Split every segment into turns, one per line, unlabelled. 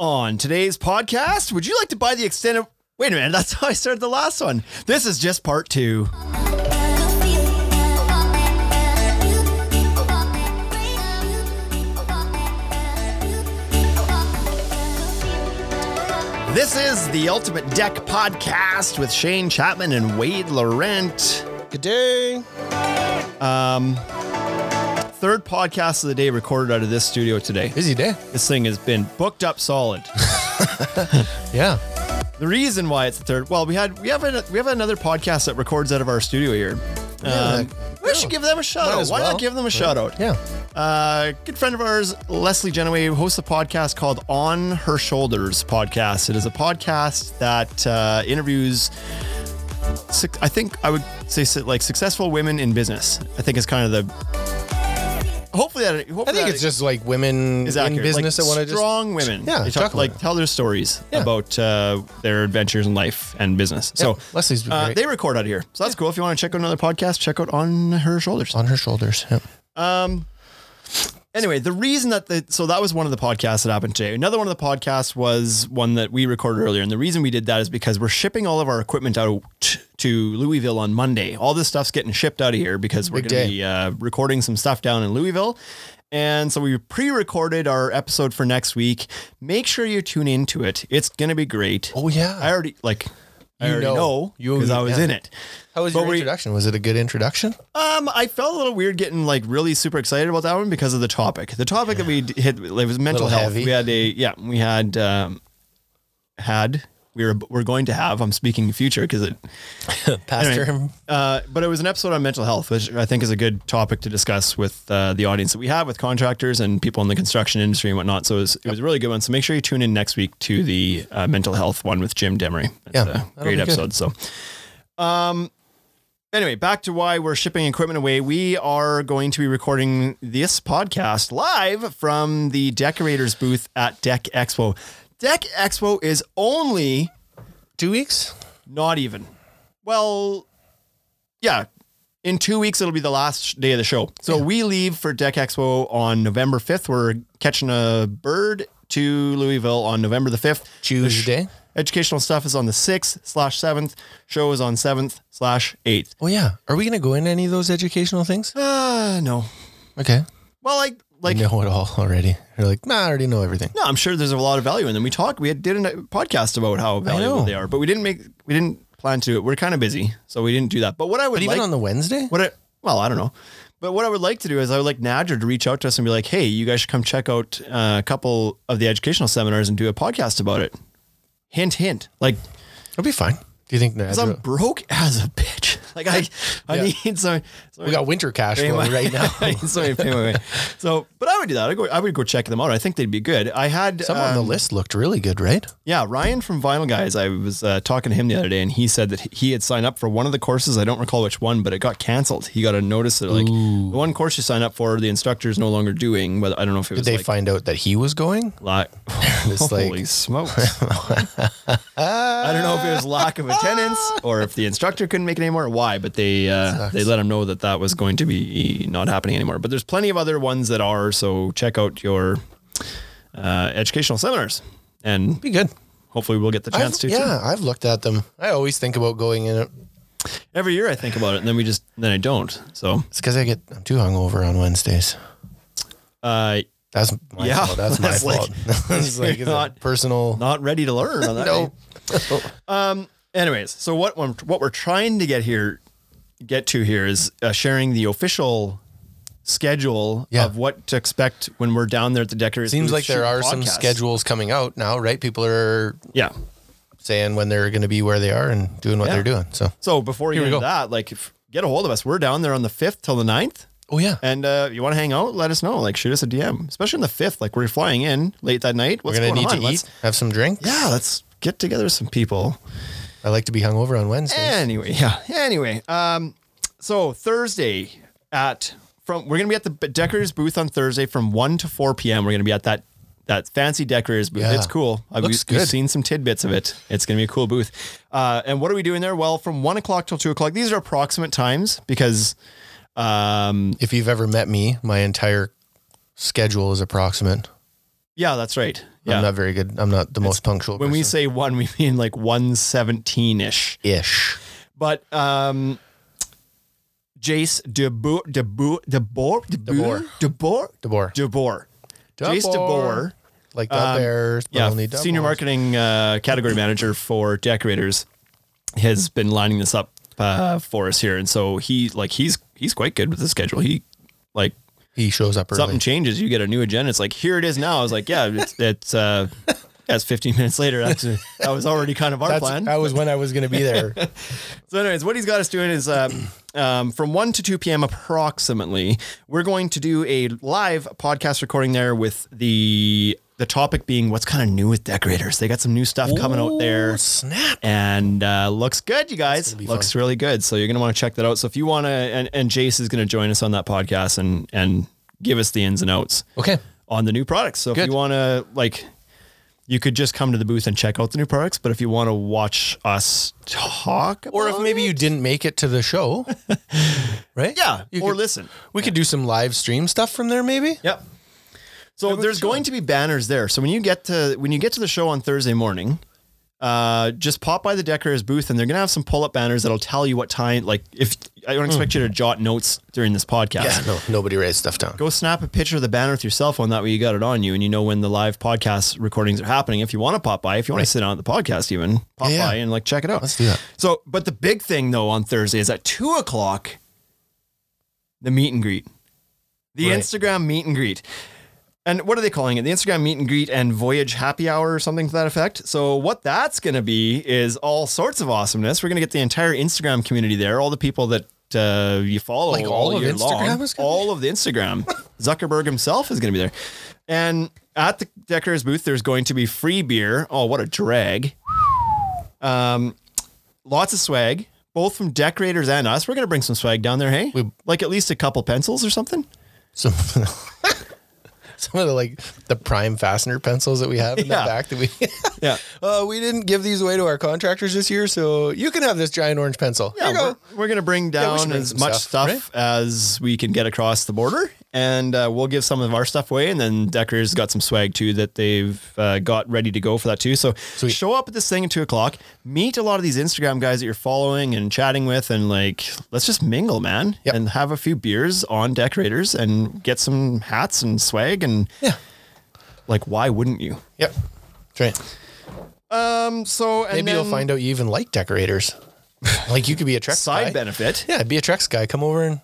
On today's podcast, would you like to buy the extended? Wait a minute, that's how I started the last one. This is just part two. This is the Ultimate Deck Podcast with Shane Chapman and Wade Laurent.
Good day.
Third podcast of the day recorded out of this studio today.
Busy day.
This thing has been booked up solid.
Yeah.
The reason why it's the third, well, we had we have an, we have another podcast that records out of our studio here. Um, we should give them a shout
Might
out.
as
Why
well.
not give them a shout out?
Yeah.
Uh, good friend of ours, Leslie Genoway, hosts a podcast called On Her Shoulders podcast. It is a podcast that uh, interviews, suc- I think I would say su- like successful women in business. I think is kind of the. Hopefully that. Hopefully
I think
that
it's just like women
is accurate.
in business
like
that want to just.
strong women.
Yeah,
they talk,
strong
like
women.
tell their stories
Yeah.
about uh, their adventures in life and business. So
Leslie's been
uh,
great.
they record out here, so that's cool. If you want to check out another podcast, check out on her shoulders.
On her shoulders. Yeah.
Anyway, the reason that the so that was one of the podcasts that happened today. Another one of the podcasts was one that we recorded earlier, and the reason we did that is because we're shipping all of our equipment out to Louisville on Monday. All this stuff's getting shipped out of here because we're
Big
going to
day.
be uh, recording some stuff down in Louisville, and so we pre-recorded our episode for next week. Make sure you tune into it; it's going to be great.
Oh, yeah.
I already like. I
You
already
know.
know
You-
because I was
yeah.
in it.
How was
But
your
we-
introduction? Was it a good introduction?
Um, I felt a little weird getting like really super excited about that one because of the topic. The topic that we d- hit it was mental
Little
health.
heavy.
We had a yeah, we had um, had we were we're going to have. I'm speaking future because it.
Pastor.
Anyway, uh, but it was an episode on mental health, which I think is a good topic to discuss with uh, the audience that we have with contractors and people in the construction industry and whatnot. So it was, it was a really good one. So make sure you tune in next week to the uh, mental health one with Jim Demery. It's
Yeah,
a
that'll
great
be good.
episode. So, um, anyway, back to why we're shipping equipment away. We are going to be recording this podcast live from the decorators booth at Deck Expo. Deck Expo is only
Two weeks?
not even. Well, yeah. In two weeks, it'll be the last sh- day of the show. So we leave for Deck Expo on November 5th. We're catching a bird to Louisville on November the 5th. The sh-
Tuesday.
educational stuff is on the 6th slash 7th. Show is on 7th slash 8th.
Oh, yeah. Are we going to go into any of those educational things?
Uh, no.
Okay.
Well, like,
I
like, no.
know it all already. You're like, nah, I already know everything.
I'm sure there's a lot of value in them. We talked, we had, did a podcast about how valuable
know.
they are, but we didn't make, we didn't plan to do it. We're kind of busy, so we didn't do that. But what I would
But even
like,
on the Wednesday?
What I well, I don't know. But what I would like to do is I would like Nadja to reach out to us and be like, "Hey, you guys should come check out uh, a couple of the educational seminars and do a podcast about it." Hint, hint. Like,
It'll be fine. Do you think that?
'cause I'm broke as a bitch. Like, I I
Yeah.
need some. some
We got winter cash
Pay
flow
my-
right now.
I need somebody to pay my way. So, but I would do that. I go. I would go check them out. I think they'd be good. I had
Some on the list looked really good, right?
Yeah, Ryan from Vinyl Guys. I was uh, talking to him the other day, and he said that he had signed up for one of the courses. I don't recall which one, but it got canceled. He got a notice that like the one course you sign up for, the instructor is no longer doing. But I don't know if it was
Did they
like,
find out that he was going?
lack.
It's like-
Holy smokes! I don't know if it was lack of attendance or if the instructor couldn't make it anymore, or why. But they uh, they let him know that that was going to be not happening anymore. But there's plenty of other ones that are. So check out your uh, educational seminars and.
Be good.
Hopefully, we'll get the
I've-
chance to. too.
yeah, I've looked at them. I always think about going in it.
Every year I think about it, and then we just then I don't. So
It's because I get I'm too hungover on Wednesdays.
uh,
That's my
Yeah,
fault. That's my
that's
fault.
like-
That's like
you're
the
not-
personal.
not ready to learn on that.
no,
day. Anyways, so what we're- what we're trying to get here, get to here is uh, sharing the official schedule
Yeah.
of what to expect when we're down there at the decorators.
seems
booth
like there
shooting
are some
podcasts.
schedules coming out now, right? People are
Yeah.
saying when they're going to be where they are and doing what
Yeah.
they're doing. So,
So before you
Here
get
we
into
go.
that, like if, get a hold of us. We're down there on the fifth till the 9th.
oh yeah,
And uh, you want to hang out? Let us know. Like shoot us a DM, especially on the fifth. Like we're flying in late that night.
we're
What's
going to
going
need
on?
to
Let's-
eat, have some drinks.
Yeah, let's get together with some people.
I like to be hungover on Wednesdays.
Anyway, yeah. Anyway, um, so Thursday at from we're gonna be at the decorators booth on Thursday from one to four p.m. We're gonna be at that that fancy decorators booth.
Yeah.
It's cool. I've
Looks
we've- we've
good.
seen some tidbits of it. It's gonna be a cool booth. Uh, and what are we doing there? Well, from one o'clock till two o'clock. These are approximate times because um,
If you've ever met me, my entire schedule is approximate.
yeah, that's right. Yeah.
I'm not very good. I'm not the most punctual.
When we say one, we mean like 117 ish.
we ish,
But um, Jace DeBoer, DeBoer, DeBoer, DeBoer, DeBoer,
DeBoer.
DeBoer, Jace DeBoer,
like the bears, but
Um, yeah,
only doubles.
senior marketing uh, category manager for decorators, has been lining this up uh, for us here, and so he like he's he's quite good with the schedule. He like
He shows up early.
something changes, you get a new agenda. It's like here it is now. I was like, yeah, it's, it's uh, that's 15 minutes later. That's, that was already kind of our
That's,
plan.
That was when I was going to be there.
So, anyways, what he's got us doing is uh, um, from 1 to 2 p.m. approximately, we're going to do a live podcast recording there with the the topic being what's kind of new with decorators. They got some new stuff coming out there.
Snap.
And uh, looks good, you guys.
be
Looks really good. So you're gonna want to check that out. So if you want to, and, and Jace is gonna join us on that podcast and and give us the ins and outs
Okay.
on the new products. So if
Good.
you want to like, you could just come to the booth and check out the new products. But if you want to watch us talk,
Or
about
if maybe you didn't make it to the show, right?
Yeah,
You
or
could-
listen.
We could do some live stream stuff from there, maybe.
Yep. So there's going to be banners there. So when you get to when you get to the show on Thursday morning, uh, just pop by the decorator's booth, and they're gonna have some pull-up banners that'll tell you what time. Like, if I don't expect you to jot notes during this podcast,
No, nobody writes stuff down.
go snap a picture of the banner with your cell phone. That way, you got it on you, and you know when the live podcast recordings are happening. If you want to pop by, if you want to sit down at the podcast, even pop
Yeah, yeah.
by and like check it out.
Let's do that.
So, but the big thing though on Thursday is at two o'clock, the meet and greet, the
Right.
Instagram meet and greet. And what are they calling it? The Instagram meet and greet and voyage happy hour or something to that effect. So, what that's going to be is all sorts of awesomeness. We're going to get the entire Instagram community there, all the people that uh, you follow
Like all of
year
Instagram
long.
is gonna be-
all of the Instagram. Zuckerberg himself is going to be there. And at the Decorator's booth, there's going to be free beer. Oh, what a drag Um, lots of swag, both from decorators and us. We're gonna bring some swag down there, hey?
We-
like at least a couple pencils or something.
Some, some of the like the prime fastener pencils that we have in
Yeah.
the back that we.
Yeah,
uh, we didn't give these away to our contractors this year, so you can have this giant orange pencil.
yeah.
Here you
We're,
go.
we're gonna bring
we
down
should bring
as
some
much stuff,
stuff,
as we can get across the border, and uh, we'll give some of our stuff away. And then decorators got some swag too that they've uh, got ready to go for that too. So show up at this thing at two o'clock. Meet a lot of these Instagram guys that you're following and chatting with, and like let's just mingle, man,
Yep.
and have a few beers on decorators and get some hats and swag and
Yeah.
like why wouldn't you?
Yep. That's right.
So and
Maybe you'll
then-
find out you even like decorators. like you could be a Trex guy.
side benefit.
Yeah, be a Trex guy. Come over and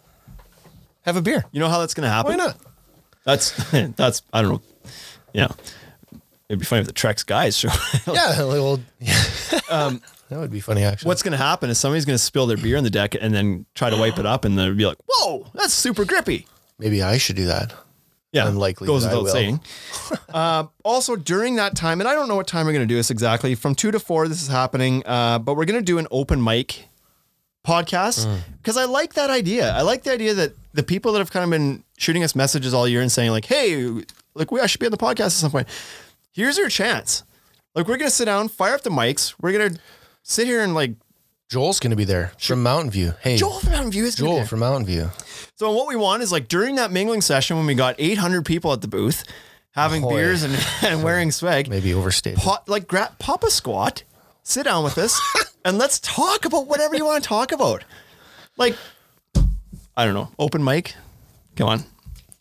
have a beer.
You know how that's going to happen?
Why not?
That's that's I don't know. Yeah. It'd be funny if the Trex guys show.
Yeah, a little. that would be funny actually.
Um, What's going to happen is somebody's going to spill their beer on the deck and then try to wipe it up and then be like, "Whoa, that's super grippy."
Maybe I should do that.
Yeah,
Unlikely
goes
that I
without
will.
saying. uh, also, during that time, and I don't know what time we're going to do this exactly. From two to four, this is happening. Uh, but we're going to do an open mic podcast
Mm.
because I like that idea. I like the idea that the people that have kind of been shooting us messages all year and saying like, "Hey, like we I should be on the podcast at some point." Here's your chance. Like we're going to sit down, fire up the mics. We're going to sit here and like
Joel's going to be there from Mountain View. Hey,
Joel from Mountain View is gonna be
Joel
there.
from Mountain View.
So what we want is like during that mingling session when we got 800 people at the booth having
Ahoy.
beers and, and wearing swag,
Maybe overstated.
pop, like gra- pop a squat, sit down with us, and let's talk about whatever you want to talk about. Like, I don't know, open mic. Come on.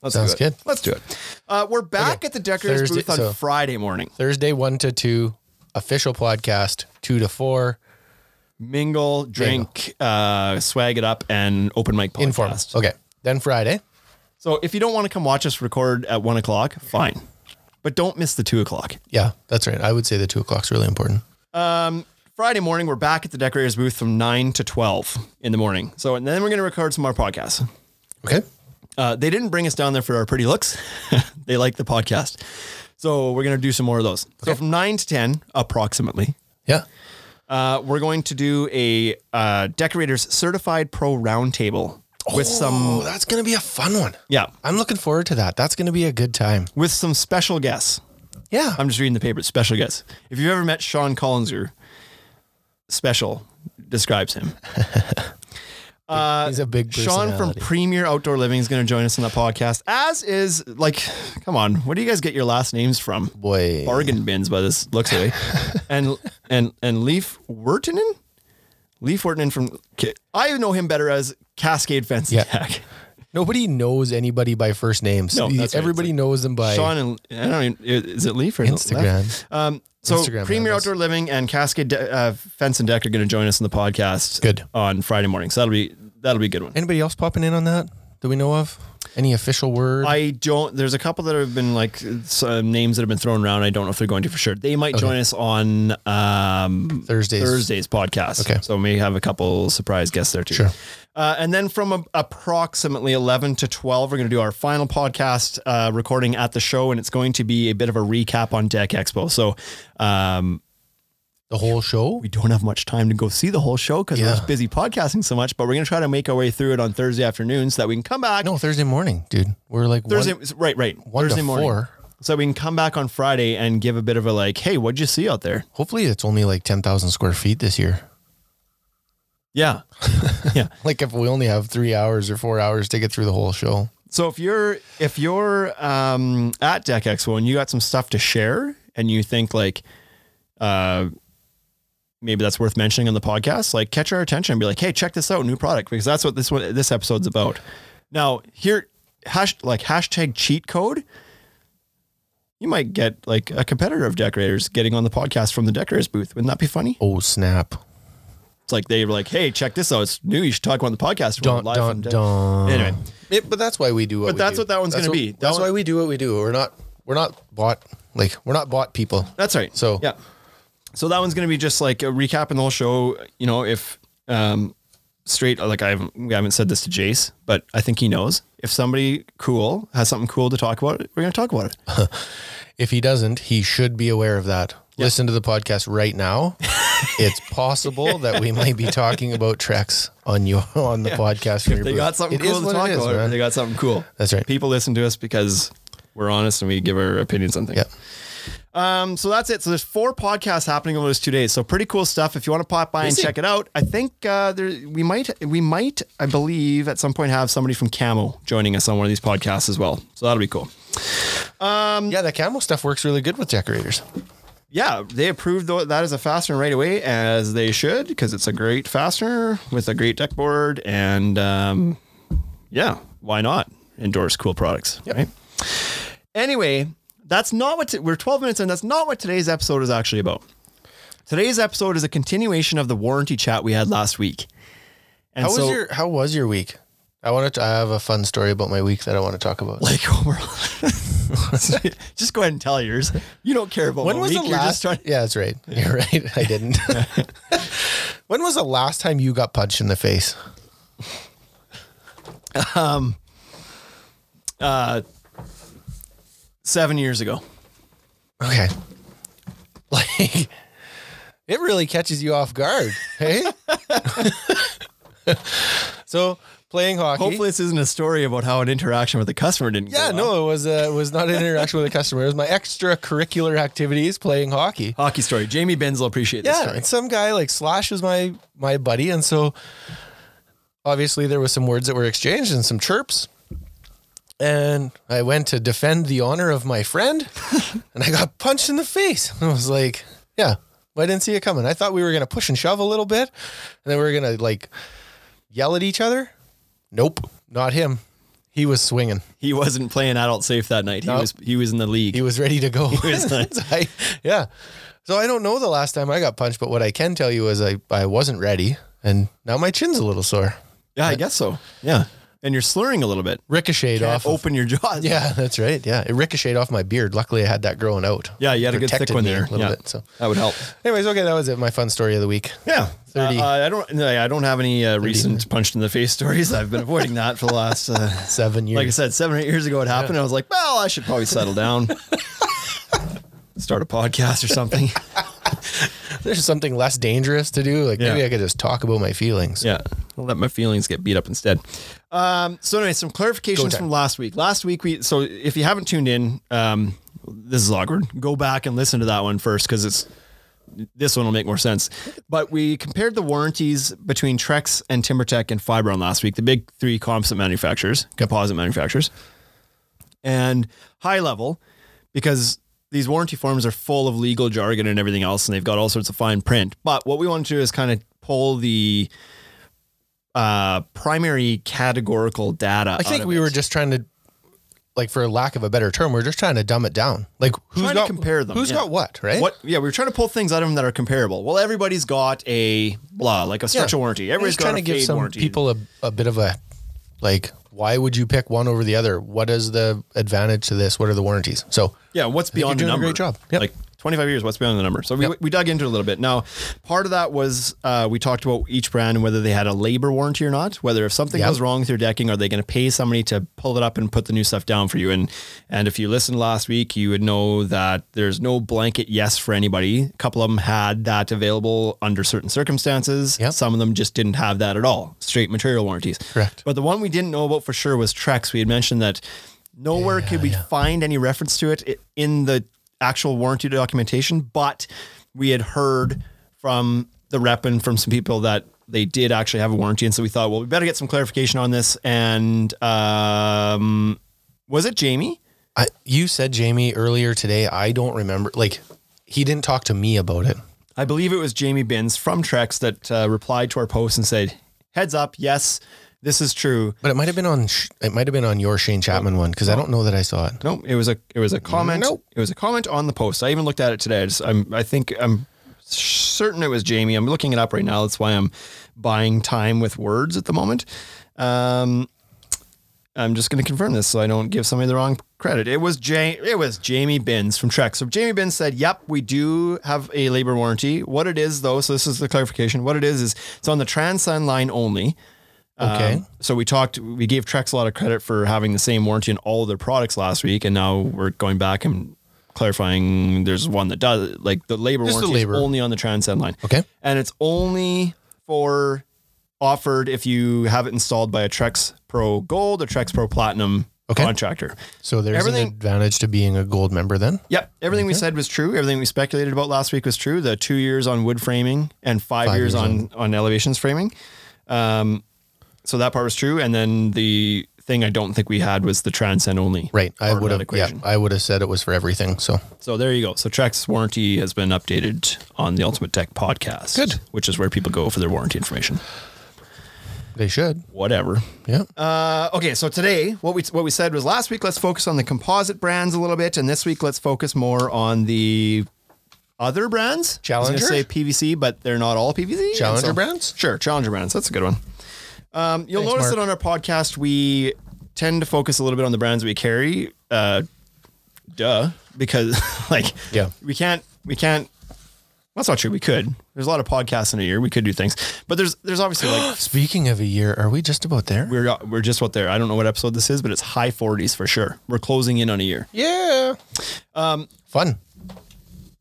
Let's
Sounds
do it.
good.
Let's do it. Uh, we're back at the Deckers
Thursday-
booth on
so-
Friday morning.
Thursday one to two, official podcast two to four,
Mingle, drink, uh, swag it up, and open mic podcast.
informal. Okay, then Friday.
So if you don't want to come watch us record at one o'clock, fine. But don't miss the two o'clock.
Yeah, that's right. I would say the two o'clock's really important.
Friday morning, we're back at the decorator's booth from 9 to 12 in the morning. So, and then we're going to record some more podcasts.
Okay.
Uh, they didn't bring us down there for our pretty looks. they like the podcast. So, we're going to do some more of those. So, from 9 to 10, approximately,
Yeah.
uh, we're going to do a uh, decorator's certified pro roundtable with some,
Oh, that's gonna be a fun one.
yeah,
I'm looking forward to that. That's gonna be a good time.
with some special guests.
Yeah.
I'm just reading the paper. Special guest. If you've ever met Sean Collinger, special describes him. Uh,
He's a big
Sean from
personality.
Premier Outdoor Living is going to join us on the podcast. As is like, come on, where do you guys get your last names from?
Boy.
Bargain bins by this looks of it. and and and Leaf Wertonen, Leaf Wertonen from K- I know him better as Cascade Fence
Yeah.
Attack.
Nobody knows anybody by first names. E,
No, that's right.
Everybody knows them by
Sean and I don't even, is it Leaf or is it Lef?
Instagram.
Um, so
Instagram
Premier
handles.
Outdoor Living and Cascade De- uh, Fence and Deck are going to join us in the podcast.
Good.
on Friday morning. So that'll be that'll be a good one.
Anybody else popping in on that that we know of? Any official word?
I don't. There's a couple that have been like some names that have been thrown around. I don't know if they're going to for sure. They might join us on um,
Thursdays.
Thursday's podcast.
Okay.
so we have a couple surprise guests there too.
Sure.
Uh, and then from a, approximately 11 to 12, we're going to do our final podcast uh, recording at the show, and it's going to be a bit of a recap on Deck Expo. So um,
The whole show?
we don't have much time to go see the whole show because
Yeah.
we're busy podcasting so much. But we're going to try to make our way through it on Thursday afternoon so that we can come back
No, Thursday morning, dude. We're like
Thursday.
one,
right, right.
one
Thursday
to
morning.
four.
So we can come back on Friday and give a bit of a like, hey, what'd you see out there?
Hopefully, it's only like ten thousand square feet this year.
Yeah. yeah.
Like if we only have three hours or four hours to get through the whole show.
So if you're if you're um at Deck Expo and you got some stuff to share and you think like uh maybe that's worth mentioning on the podcast, like catch our attention and be like, hey, check this out, new product, because that's what this one this episode's about. Now here hash like hashtag cheat code. You might get like a competitor of decorators getting on the podcast from the decorators booth. Wouldn't that be funny?
Oh snap!
It's like they were like, "Hey, check this out. It's new. You should talk about it on the podcast." We're
Dun
live
dun
on Deck.
dun.
Anyway,
It- but that's why we do. What
But
we
that's
do.
what that one's
That's
gonna
what-
be. That
that's
one-
why we do what we do. We're not. We're not bought. Like we're not bought people.
that's right.
So-
yeah, so that one's gonna be just like a recap in the whole show. You know, if um, straight like I haven't, I haven't said this to Jace, but I think he knows. If somebody cool has something cool to talk about, we're gonna talk about it.
If he doesn't, he should be aware of that. Listen to the podcast right now. it's possible that we might be talking about treks on you on the podcast. From your
They
booth.
got something
It is
cool to
what it
talk
is,
about.
man.
They got something cool.
That's right.
People listen to us because we're honest and we give our opinions on things.
Yeah.
Um, so that's it. So there's four podcasts happening over those two days. So pretty cool stuff. If you want to pop by and
Amazing.
check it out, I think uh, there we might we might I believe at some point have somebody from Camo joining us on one of these podcasts as well. So that'll be cool.
Yeah, that camel stuff works really good with decorators.
Yeah, they approved tho- that as a fastener right away, as they should, because it's a great fastener with a great deck board, and um, yeah, why not endorse cool products, right? Anyway, that's not what t- we're 12 minutes in. That's not what today's episode is actually about. Today's episode is a continuation of the warranty chat we had last week. And
How
so,
was your How was your week? I want to. I have a fun story about my week that I want to talk about.
like over? just go ahead and tell yours. You don't care about
when
my
was
week,
the
you're just
last?
trying-
yeah, that's right. You're right. I didn't. when was the last time you got punched in the face?
seven years ago.
Okay. Like it really catches you off guard, hey? so playing hockey.
Hopefully, this isn't a story about how an interaction with a customer didn't.
yeah,
go well.
no, it was uh, it was not an interaction with a customer. It was my extracurricular activities playing hockey.
hockey story. Jamie Benz will appreciate this
Yeah,
story.
and some guy like Slash was my my buddy, and so obviously there was some words that were exchanged and some chirps. And I went to defend the honor of my friend, and I got punched in the face. I was like, "Yeah, well, I didn't see it coming. I thought we were gonna push and shove a little bit, and then we were gonna like yell at each other." Nope, not him. He was swinging.
He wasn't playing adult safe that night. He was he was in the league.
He was ready to go.
was like-
So I- yeah. So I don't know the last time I got punched, but what I can tell you is I, I wasn't ready and now my chin's a little sore.
yeah, I guess so. Yeah, and you're slurring a little bit.
Ricocheted off. of-
Open your jaw.
yeah, that's right. Yeah. It ricocheted off my beard. Luckily I had that growing out.
yeah, you had a good thick
Protected
one
me
there.
A little
yeah,
bit. So
that would help.
anyways, okay, that was it. My fun story of the week.
Yeah,
30.
Uh, I don't. no, I don't have any uh, recent punched in the face stories. I've been avoiding that for the last. Uh,
Seven years.
like I said, seven or eight years ago, it happened. I was like, well, I should probably settle down, start a podcast or something.
There's something less dangerous to do. Like
Yeah.
maybe I could just talk about my feelings.
Yeah. I'll let my feelings get beat up instead. Um, so anyway, some clarifications
time.
from last week. Last week we so if you haven't tuned in, um, this is awkward. Go back and listen to that one first because it's this one will make more sense. But we compared the warranties between Trex and TimberTech and Fibron last week, the big three composite manufacturers, composite manufacturers, and high level, because these warranty forms are full of legal jargon and everything else, and they've got all sorts of fine print. But what we want to do is kind of pull the uh, primary categorical data.
I think we
were
were just trying to, like, for lack of a better term, we are just trying to dumb it down. Like, who's
Trying to
got
compare them,
Who's
yeah.
got what? Right?
What? Yeah, we were trying to pull things out of them that are comparable. Well, everybody's got a blah, like a special warranty.
We're
Everybody's
just
got
trying
a
to give
fade
some
warranty.
people a, a bit of a, like, why would you pick one over the other? What is the advantage to this? What are the warranties? So
Yeah, what's beyond
you're
the
doing a
number?
great job. Yep.
Like 25 years, what's beyond the number? So we, we dug into it a little bit. Now, part of that was uh, we talked about each brand and whether they had a labor warranty or not. Whether if something
Yep.
goes wrong with your decking, are they going to pay somebody to pull it up and put the new stuff down for you? And and if you listened last week, you would know that there's no blanket yes for anybody. A couple of them had that available under certain circumstances.
Yep.
Some of them just didn't have that at all. Straight material warranties.
Correct.
But the one we didn't know about for sure was Trex. We had mentioned that nowhere could we find any reference to it i- in the actual warranty documentation, but we had heard from the rep and from some people that they did actually have a warranty. And so we thought, well, we better get some clarification on this. And um, was it Jamie?
I, you said Jamie earlier today. I don't remember. Like, he didn't talk to me about it.
I believe it was Jamie Binns from Trex that uh, replied to our post and said, heads up, yes, this is true.
But it might have been on Sh- it might have been on your Shane Chapman one because I don't know that I saw it.
Nope. It was a it was a comment.
Nope.
It was a comment on the post. I even looked at it today. I, just, I'm I think I'm certain it was Jamie. I'm looking it up right now. That's why I'm buying time with words at the moment. Um, I'm just going to confirm this so I don't give somebody the wrong credit. It was ja- it was Jamie Binns from Trek. So Jamie Binns said, "Yep, we do have a labor warranty. What it is though, so this is the clarification. What it is is it's on the Transcend line only.
Okay.
Um, so we talked, we gave Trex a lot of credit for having the same warranty on all of their products last week, and now we're going back and clarifying. There's one that does like the labor
Just the
warranty
labor.
is only on the Transcend line,
okay.
and it's only for offered if you have it installed by a Trex Pro Gold or Trex Pro Platinum
Okay.
contractor.
So there's
Everything-
an advantage to being a gold member then.
Yep, everything we said was true. Everything we speculated about last week was true. The two years on wood framing and five, years,
years
on, on elevations framing. Um, so that part was true. And then the thing I don't think we had was the transcend only.
Right. I
part of
would
that
have yeah,
equation.
I would have said it was for everything. So
So there you go. So Trex warranty has been updated on the Ultimate Tech podcast.
Good.
Which is where people go for their warranty information.
they should.
Whatever.
Yeah.
Uh, okay, so today what we what we said was last week let's focus on the composite brands a little bit, and this week let's focus more on the other brands. I was
Challenger?
gonna say PVC, but they're not all PVC. and
Challenger brands?
Sure, Challenger brands. That's a good one. Um, you'll
Thanks,
notice
Mark.
that on our podcast we tend to focus a little bit on the brands we carry. Uh, duh, because like
Yeah.
we can't we can't. That's not true. We could. There's a lot of podcasts in a year. We could do things, but there's there's obviously like
Speaking of a year, are we just about there?
we're we're just what there. I don't know what episode this is, but it's high 40s for sure. We're closing in on a year.
yeah.
Um,
Fun.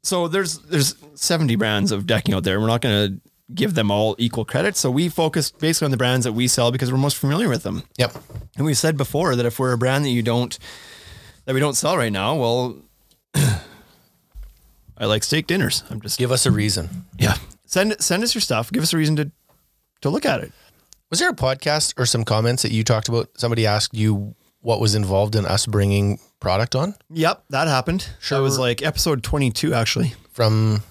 So there's there's 70 brands of decking out there. We're not going to give them all equal credit. So we focus basically on the brands that we sell because we're most familiar with them.
Yep.
And we've said before that if we're a brand that you don't that we don't sell right now, well I like steak dinners. I'm just
Give us a reason.
yeah. Send send us your stuff. Give us a reason to to look at it.
Was there a podcast or some comments that you talked about? Somebody asked you what was involved in us bringing product on
Yep, that happened. Sure. That was like episode 22 actually.
from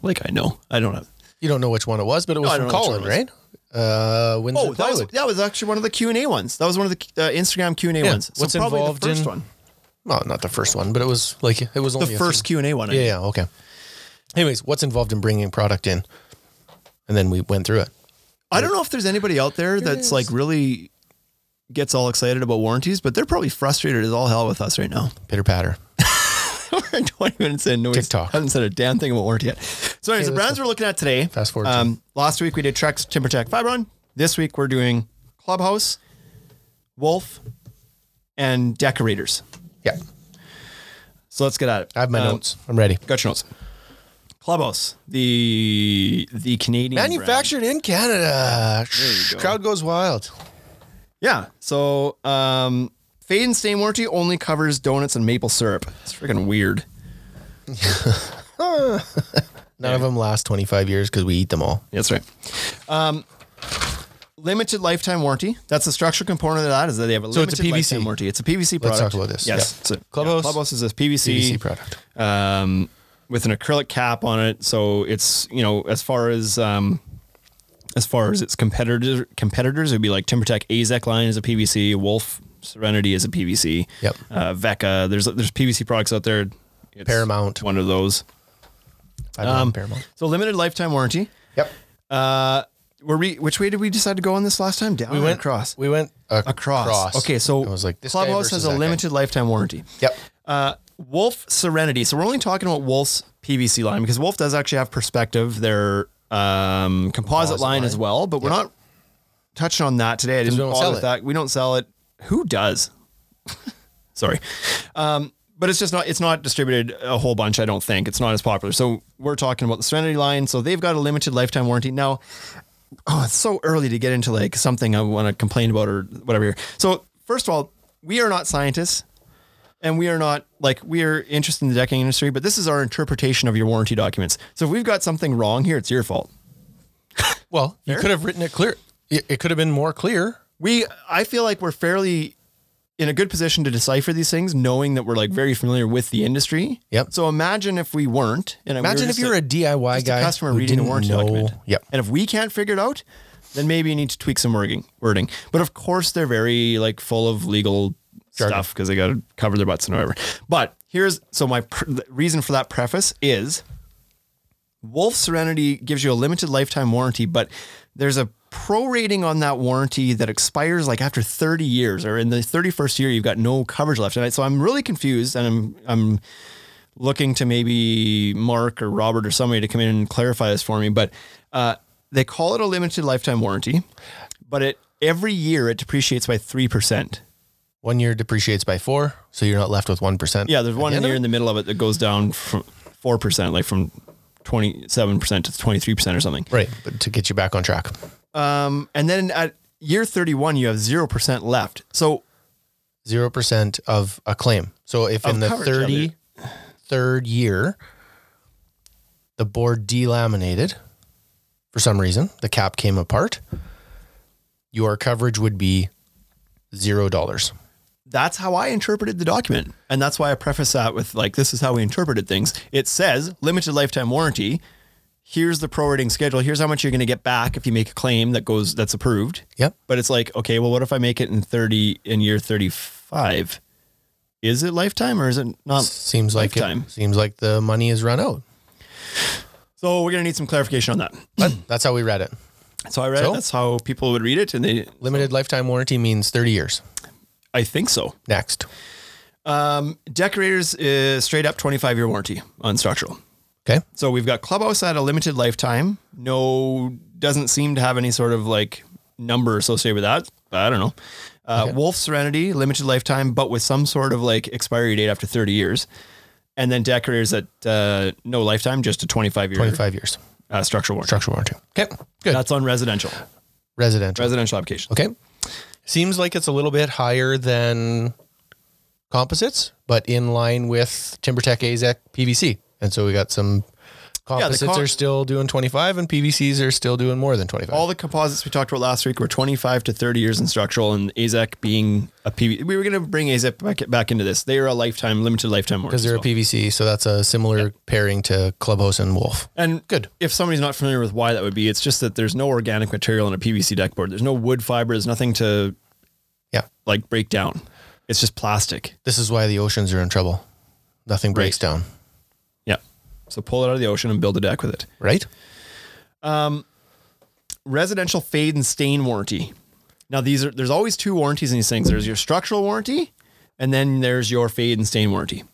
Like I know. I don't have
you don't know which one it was, but it was
I
from
don't know which
Colin,
one
right? Uh, Windsor
Oh, that was,
Plywood.
that was actually one of the Q and A ones. That was one of the uh, Instagram Q and A ones.
What's
probably
involved
the first
in-
one?
well, not the first one, but it was like it was
The
only a few-
first Q and A one. I
Yeah,
mean.
yeah, okay. Anyways, what's involved in bringing product in? And then we went through it.
I don't know if there's anybody out there that's like really gets all excited about warranties, but they're probably frustrated as all hell with us right now.
Pitter patter.
We're 20 minutes in. No, we
TikTok.
haven't said a damn thing about warranty yet. So, anyways, the brands we're looking at today.
Fast forward to-
Um, last week we did Trex, TimberTech, Fibron. This week we're doing Clubhouse, Wolf, and Decorators.
Yeah.
So let's get at it.
I have my
Um,
notes. I'm ready.
Got your notes. Clubhouse, the the Canadian brand.
Manufactured in Canada. Crowd goes wild.
Yeah. So um, fade and stain warranty only covers donuts and maple syrup. It's freaking weird.
None of them last 25 years because we eat them all.
That's right. Um, limited lifetime warranty. That's the structural component of that is that they have a
So it's
limited
a
lifetime
PVC.
warranty. It's a PVC product.
talk about this.
Yes. So,
Clubhouse.
Clubhouse is a PVC,
PVC product.
um, with an acrylic cap on it. So it's you know as far as um, as far as its competitors competitors it would be like TimberTech Azek line is a PVC, Wolf Serenity is a PVC.
Yep.
Uh, Vecca. There's there's PVC products out there. It's
Paramount.
One of those.
Five um, Paramount.
So limited lifetime warranty.
Yep.
Uh, were we? Which way did we decide to go on this last time? Down
We
or
went
across.
We went
Across. Okay, so
I was like, this guy
Clubhouse
versus
has a
that guy.
limited lifetime warranty.
Yep.
Uh, Wolf Serenity. So we're only talking about Wolf's PVC line because Wolf does actually have perspective. Their um, composite, line, as
line.
well, but we're not touching on that today. I didn't
we don't
bother
sell
with
it.
that. We don't sell it. Who does? Sorry. Um, but it's just not it's not distributed a whole bunch, I don't think. It's not as popular. So we're talking about the Serenity line. So they've got a limited lifetime warranty. Now oh, it's so early to get into like something I want to complain about or whatever here. So first of all, we are not scientists and we are not like we are interested in the decking industry, but this is our interpretation of your warranty documents. So if we've got something wrong here, it's your fault.
Well, you could have written it clear. It, it could have been more clear.
we I feel like we're fairly in a good position to decipher these things, knowing that we're like very familiar with the industry.
Yep.
So imagine if we weren't, and
Imagine if you're a DIY
a
guy,
customer
who
reading a
didn't
warranty
know-
document.
Yep.
And if we can't figure it out, then maybe you need to tweak some wording. Wording. But of course, they're very like full of legal
Jargon.
stuff because they got to cover their butts and whatever. But here's so my pr- the reason for that preface is Wolf Serenity gives you a limited lifetime warranty, but there's a prorating on that warranty that expires like after 30 years or in the 31st year you've got no coverage left. And I- so I'm really confused and I'm I'm looking to maybe Mark or Robert or somebody to come in and clarify this for me, but uh, they call it a limited lifetime warranty, but it every year it depreciates by 3%.
One year depreciates by four, so you're not left with one percent.
Yeah, there's one
the end of
year in the middle of it that goes down from 4%, like from 27% to 23% or something.
Right, but to get you back on track.
Um, and then at year 31, you have 0% left. So
zero percent of a claim. So if in the
coverage of it.
thirty third year the board delaminated for some reason, the cap came apart, your coverage would be zero dollars.
that's how I interpreted the document. And that's why I preface that with like, this is how we interpreted things. It says limited lifetime warranty. Here's the prorating schedule. Here's how much you're going to get back if you make a claim that goes, that's approved.
Yep.
But it's like, okay, well, what if I make it in 30, in year 35? Is it lifetime or is it not?
Seems like
Lifetime.
it seems like the money is run out.
So we're going to need some clarification on that.
But that's how we read it.
So I read it.
So?
That's how people would read it. And they,
Limited lifetime warranty means thirty years.
I think so.
Next.
Um, decorators is straight up 25 year warranty on structural.
Okay.
So we've got clubhouse at a limited lifetime. No, doesn't seem to have any sort of like number associated with that. I don't know. Uh, Wolf Serenity, limited lifetime, but with some sort of like expiry date after 30 years. And then decorators at uh, no lifetime, just a 25 year
Twenty five years.
Uh, structural warranty.
Structural warranty. Okay. Good.
That's on residential,
Residential.
residential application.
Okay. Seems like it's a little bit higher than composites, but in line with TimberTech AZEC PVC. And so we got some composites
com-
are still doing 25 and PVCs are still doing more than 25.
all the composites we talked about last week were 25 to 30 years in structural and AZEC being a PV. We were going to bring AZEC back, back into this. They are a lifetime, limited lifetime warranty.
because they're
as
a PVC, so that's a similar pairing to Clubhouse and Wolf.
well. and
Good.
if somebody's not familiar with why that would be, it's just that there's no organic material in a PVC deck board. There's no wood fiber. There's nothing to
Yeah.
like break down. It's just plastic.
This is why the oceans are in trouble. Nothing breaks down,
Yeah. So pull it out of the ocean and build a deck with it.
right?
residential fade and stain warranty. Now these are there's always two warranties in these things. There's your structural warranty, and then there's your fade and stain warranty.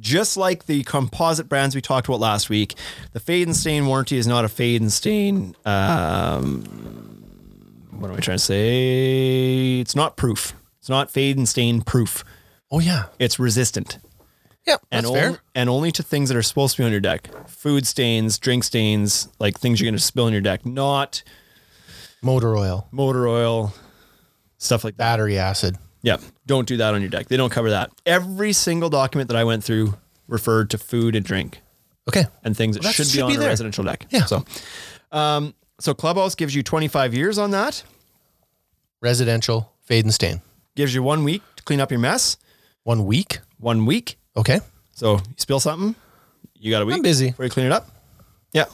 Just like the composite brands we talked about last week, the fade and stain warranty is not a fade and stain. Um, what am I trying to say? It's not proof. It's not fade and stain proof.
Oh yeah.
It's resistant
Yeah,
and
that's
only,
fair.
and only to things that are supposed to be on your deck. Food stains, drink stains, like things you're going to spill on your deck, not
Motor oil,
motor oil, stuff like that.
battery acid.
Yeah, don't do that on your deck. They don't cover that. Every single document that I went through referred to food and drink.
Okay.
and things that
That
should, be
should
on
be
a
there.
residential deck. um,
Yeah. So
So Clubhouse gives you 25 years on that,
residential fade and stain.
gives you one week to clean up your mess.
One week.
One week.
Okay.
So you spill something, you got a week.
busy.
Before you clean it up. Yeah.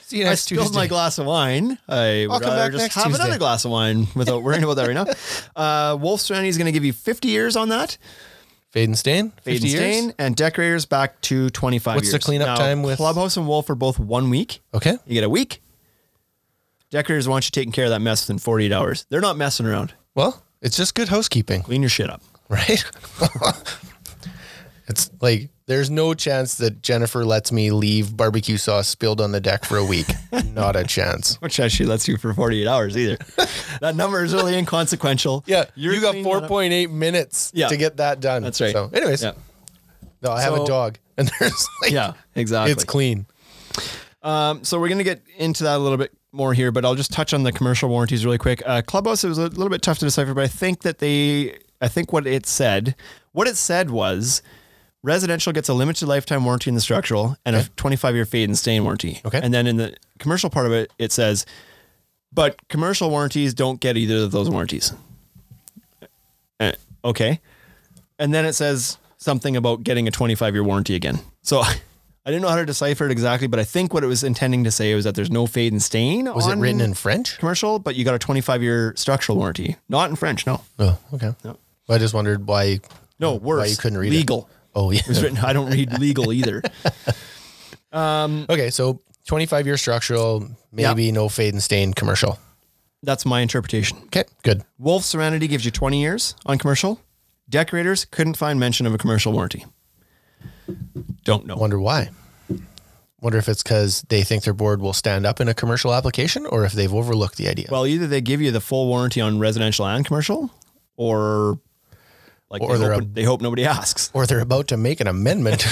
See you
I
next
spilled my
Tuesday.
glass of wine. I
I'll
would
come
rather
back
just
next
have
Tuesday.
another glass of wine without worrying about that right now. Uh, Wolf Serenity is going to give you 50 years on that.
Fade and stain.
Fade
50
and
years?
stain, and decorators back to 25
What's
years.
the cleanup time with-
Clubhouse and Wolf are both one week.
Okay.
You get a week. Decorators want you taking care of that mess within 48 hours. They're not messing around.
Well, it's just good housekeeping,
Clean your shit up.
right? it's like there's no chance that Jennifer lets me leave barbecue sauce spilled on the deck for a week. Not a chance.
Which actually lets you for 48 hours either. that number is really inconsequential.
Yeah,
You're
you got
cleaning that up.
4.8 minutes
Yeah.
to get that done.
That's right.
So, anyways,
Yeah.
no, I have
So-
a dog, and there's like,
Yeah, exactly.
it's clean.
so we're going to get into that a little bit more here, but I'll just touch on the commercial warranties really quick. Uh, Clubhouse it was a little bit tough to decipher, but I think that they, I think what it said, what it said was, residential gets a limited lifetime warranty in the structural and a 25 year fade and stain warranty.
Okay.
and then in the commercial part of it, it says, but commercial warranties don't get either of those warranties. Uh, okay, and then it says something about getting a 25 year warranty again. So I didn't know how to decipher it exactly, but I think what it was intending to say was that there's no fade and stain.
Was
on
it written in French?
commercial? But you got a 25 year structural warranty, not in French. No,
Oh, okay. I just wondered why.
no, worse.
you couldn't read it.
legal.
Oh, yeah.
It was written. I don't read legal either.
Okay, so 25 year structural, maybe no fade and stain commercial.
That's my interpretation.
Okay, good.
Wolf Serenity gives you 20 years on commercial. Decorators couldn't find mention of a commercial warranty. Don't know.
Wonder why. Wonder if it's because they think their board will stand up in a commercial application or if they've overlooked the idea.
Well, either they give you the full warranty on residential and commercial, or like
Or
they,
they're
hope,
a-
they hope nobody asks.
or they're about to make an amendment.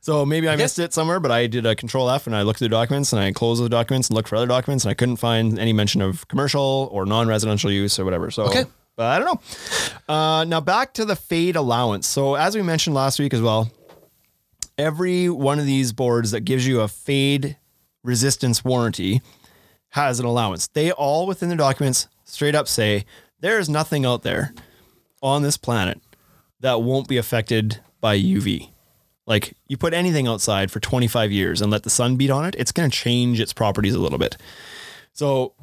So maybe I missed it somewhere, but I did a control F and I looked through the documents and I closed the documents and looked for other documents and I couldn't find any mention of commercial or non-residential use or whatever. So
Okay.
but I don't know. Uh, now back to the fade allowance. So as we mentioned last week as well, every one of these boards that gives you a fade resistance warranty has an allowance. They all within the documents straight up say there is nothing out there on this planet that won't be affected by UV. Like you put anything outside for 25 years and let the sun beat on it, it's going to change its properties a little bit. So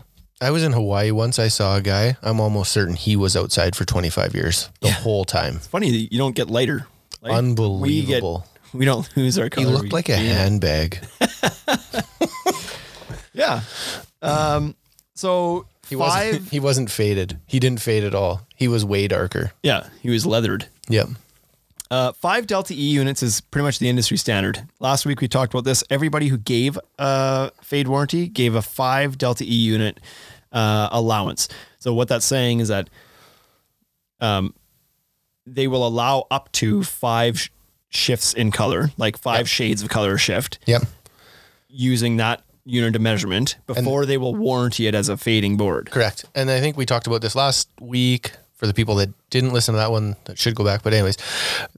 I was in Hawaii once. I saw a guy. I'm almost certain he was outside for 25 years the whole time.
funny that you don't get lighter. Like, We, get,
Unbelievable.
we don't lose our
He
color.
looked
We-
like a handbag.
yeah. Um, so
He
five.
wasn't, he wasn't faded. He didn't fade at all. He was way darker.
Yeah, he was leathered.
Yep.
Uh, five Delta E units is pretty much the industry standard. Last week we talked about this. Everybody who gave a fade warranty gave a five Delta E unit uh, allowance. So what that's saying is that um, they will allow up to five sh- shifts in color, like five shades of color shift,
Yep.
using that unit of measurement before they will warranty it as a fading board.
Correct. And I think we talked about this last week for the people that didn't listen to that one that should go back. But anyways,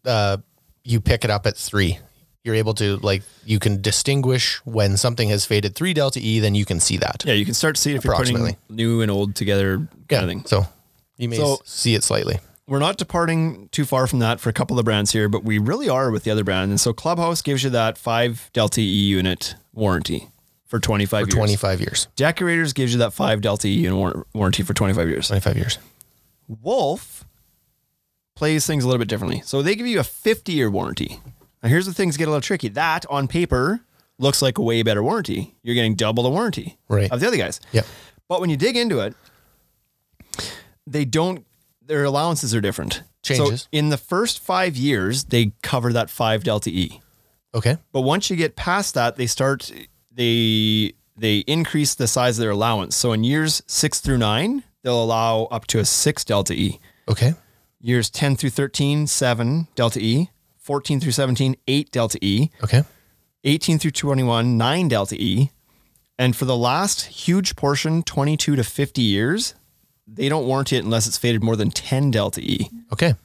uh, you pick it up at three. You're able to like you can distinguish when something has faded three delta E, then you can see that.
Yeah, you can start to see it if you're putting
Approximately.
new and old together kind of thing.
So you may
So-
s- see it slightly.
we're not departing too far from that for a couple of brands here, but we really are with the other brand. And so Clubhouse gives you that five Delta E unit warranty for 25 years.
Twenty five years.
Decorators gives you that five Delta E unit war- warranty for 25 years.
Twenty five years.
Wolf plays things a little bit differently. So they give you a 50 year warranty. Now, here's the things get a little tricky. That on paper looks like a way better warranty. You're getting double the warranty
Right.
of the other guys.
Yep.
But when you dig into it, they don't. Their allowances are different. So
Changes.
in the first five years, they cover that five delta E.
Okay.
But once you get past that, they start they they increase the size of their allowance. So in years six through nine, they'll allow up to a six delta E.
Okay.
Years ten through 13, seven delta E. 14 through 17, 8 delta E.
Okay.
18 through 21, 9 delta E. And for the last huge portion, 22 to 50 years, they don't warranty it unless it's faded more than 10 delta E.
Okay.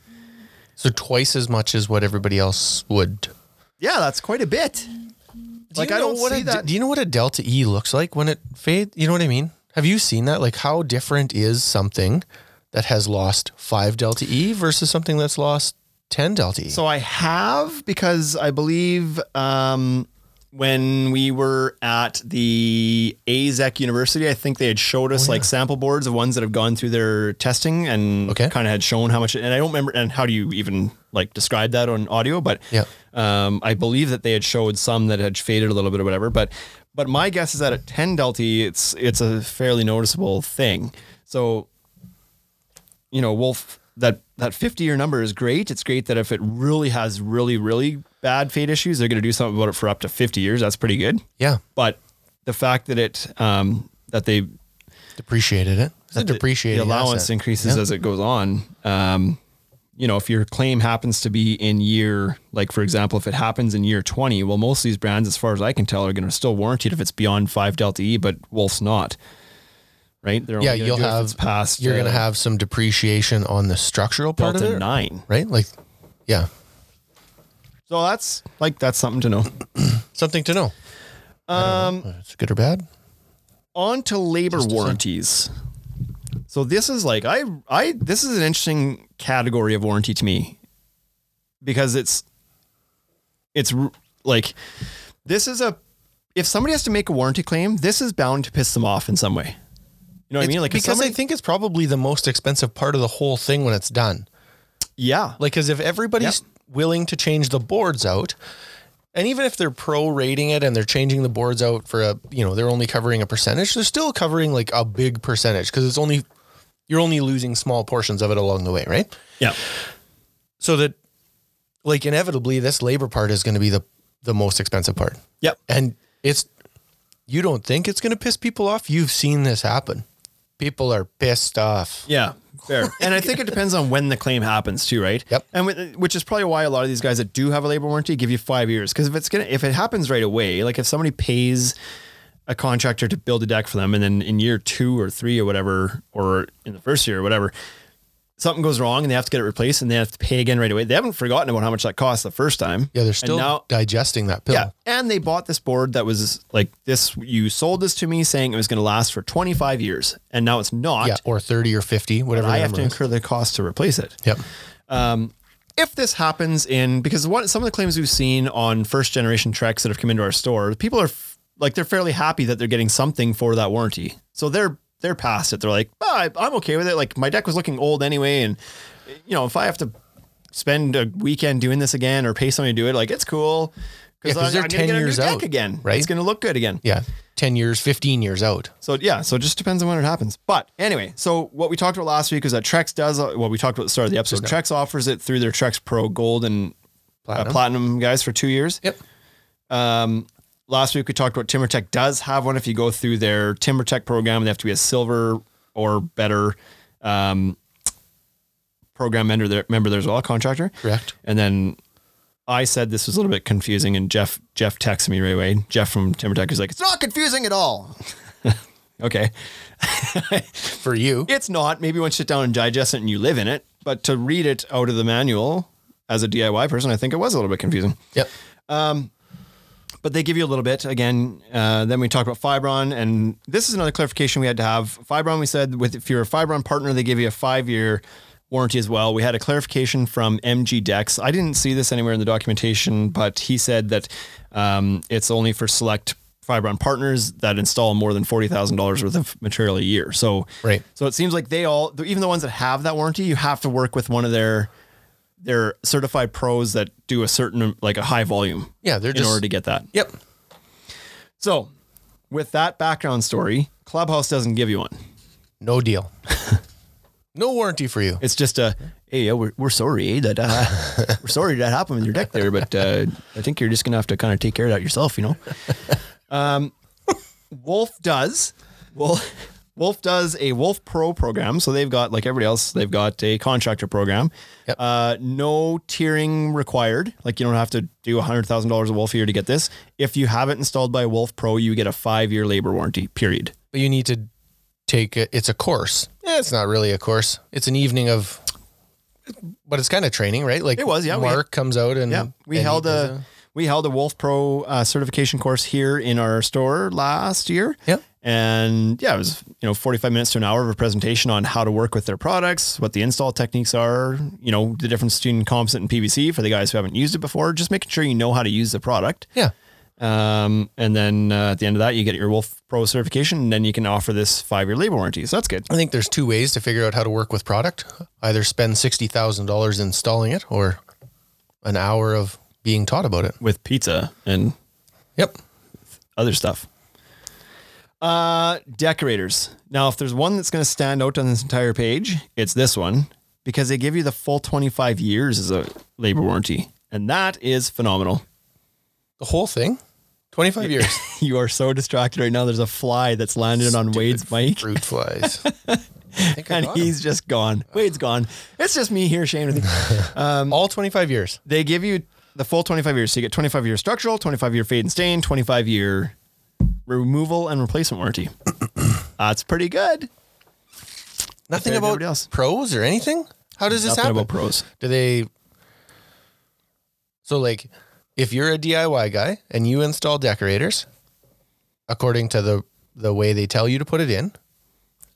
So twice as much as what everybody else would.
Yeah, that's quite a bit.
Do
Like,
you
I
know
don't
what
see
a,
that-
Do you know what a delta E looks like when it fades? You know what I mean? Have you seen that? Like how different is something that has lost five delta E versus something that's lost ten delta E?
So I have because I believe um, when we were at the AZEC University, I think they had showed us like sample boards of ones that have gone through their testing and
Okay.
kind of had shown how much. And I don't remember. And how do you even like describe that on audio? But
Yeah.
um, I believe that they had showed some that had faded a little bit or whatever. But but my guess is that at 10 delta, E, it's it's a fairly noticeable thing. So you know, Wolf, that that 50 year number is great. It's great that if it really has really, really bad fade issues, they're going to do something about it for up to 50 years. That's pretty good.
yeah,
But the fact that it, um, that they,
depreciated it. It's a
that the-
depreciated
the allowance
asset.
increases as it goes on. Um, you know, if your claim happens to be in year, like for example, if it happens in year 20, well, most of these brands, as far as I can tell, are going to still warranty it if it's beyond five Delta E, but Wolf's not. Right? They're only
Yeah,
gonna
you'll
do it if
have-
it's past.
You're
uh,
gonna have some depreciation on the structural part of
Delta
it,
nine.
right? Like, yeah,
So that's like that's something to know.
something to know. Um, it's good or bad.
On to labor warranties. So this is like I I this is an interesting category of warranty to me because it's it's r- like this is a if somebody has to make a warranty claim, this is bound to piss them off in some way. You know what I
It's-
mean? Like if
because
somebody,
I think it's probably the most expensive part of the whole thing when it's done.
yeah,
Like, because if everybody's willing to change the boards out, and even if they're prorating it and they're changing the boards out for a, you know, they're only covering a percentage, they're still covering like a big percentage because it's only, you're only losing small portions of it along the way, right?
yeah,
So that, like, inevitably, this labor part is going to be the, the most expensive part.
yep,
And it's, you don't think it's going to piss people off? You've seen this happen. People are pissed off.
Yeah, fair. and I think it depends on when the claim happens too, right?
Yep.
And with, which is probably why a lot of these guys that do have a labor warranty give you five years because if it's gonna if it happens right away, like if somebody pays a contractor to build a deck for them, and then in year two or three or whatever, or in the first year or whatever. Something goes wrong and they have to get it replaced and they have to pay again right away. They haven't forgotten about how much that cost the first time.
Yeah, they're
And
still
now-
digesting that pill.
yeah. And they bought this board that was like this. You sold this to me saying it was going to last for 25 years and now it's not.
Yeah, or 30 or 50, whatever
I
the
have
number
to
is.
incur the cost to replace it.
Yep.
If this happens in because what some of the claims we've seen on first generation Treks that have come into our store, people are f- like they're fairly happy that they're getting something for that warranty, so they're they're past it. They're like, "Ah, I, I'm okay with it. Like my deck was looking old anyway, and you know if I have to spend a weekend doing this again or pay somebody to do it, like it's cool
Yeah, 'cause
I-
they're
I'm gonna
10
get a new
years out,
deck again.
right?
It's going to look good again.
Yeah. 10 years, 15 years out.
So yeah, so it just depends on when it happens. But anyway, so what we talked about last week is that Trex does. uh, Well, we talked about at the start of the episode. Trex offers it through their Trex Pro Gold and platinum, uh, platinum guys for two years.
Yep.
Last week we talked about TimberTech does have one. If you go through their TimberTech program, they have to be a silver or better um, program member. There, member there's all contractor.
Correct.
And then I said this was a little bit confusing, and Jeff Jeff texted me right away. Jeff from TimberTech is like, it's not confusing at all. okay.
For you.
It's not. Maybe once you sit down and digest it and you live in it, but to read it out of the manual as a DIY person, I think it was a little bit confusing.
Yep.
But they give you a little bit. Again, uh, then we talk about Fibron, and this is another clarification we had to have. Fibron, we said, with if you're a Fibron partner, they give you a five year warranty as well. We had a clarification from MG Dex. I didn't see this anywhere in the documentation, but he said that um, it's only for select Fibron partners that install more than forty thousand dollars worth of material a year. So
Right.
so it seems like they all, even the ones that have that warranty, you have to work with one of their their certified pros that do a certain like a high volume.
Yeah, they're
in
just-
order to get that.
Yep.
So, with that background story, Clubhouse doesn't give you one.
No deal. no warranty for you.
It's just a hey, yeah, we're, we're sorry eh, that uh, we're sorry that happened with your deck there, but uh, I think you're just gonna have to kind of take care of that yourself, you know. Um, Wolf does. Well, Wolf does a Wolf Pro program, so they've got like everybody else, they've got a contractor program.
Yep.
Uh, no tiering required. Like you don't have to do hundred thousand dollars a Wolf a year to get this. If you have it installed by Wolf Pro, you get a five year labor warranty. Period.
But you need to take it. It's a course. Eh, it's not really a course. It's an evening of, but it's kind of training, right? Like
It was, yeah, we
Mark comes out and
Yeah, we
and he
held
does
a, We held a Wolf Pro uh, certification course here in our store last year.
Yep.
And yeah, it was, you know, 45 minutes to an hour of a presentation on how to work with their products, what the install techniques are, you know, the difference between composite and PVC for the guys who haven't used it before, just making sure you know how to use the product.
Yeah.
Um, and then uh, at the end of that, you get your Wolf Pro certification, and then you can offer this five year labor warranty. So that's good.
I think there's two ways to figure out how to work with product. Either spend $60,000 installing it or an hour of being taught about it.
With pizza and
Yep.
other stuff. Uh, decorators. Now, if there's one that's going to stand out on this entire page, it's this one because they give you the full 25 years as a labor warranty, and that is phenomenal.
The whole thing? 25 years.
You are so distracted right now. There's a fly that's landed on Wade's mic,
Fruit flies. I think I
and
got 'em.
he's just gone. Wade's gone. It's just me here, Shane. With you.
all 25 years.
they give you the full 25 years. So you get 25 year structural, 25 year fade and stain, 25 year removal and replacement warranty. That's pretty good.
Nothing
Compared to
about
everybody else.
pros or anything? How does this
Nothing
happen?
about pros.
Do they So like if you're a DIY guy and you install decorators according to the the way they tell you to put it in,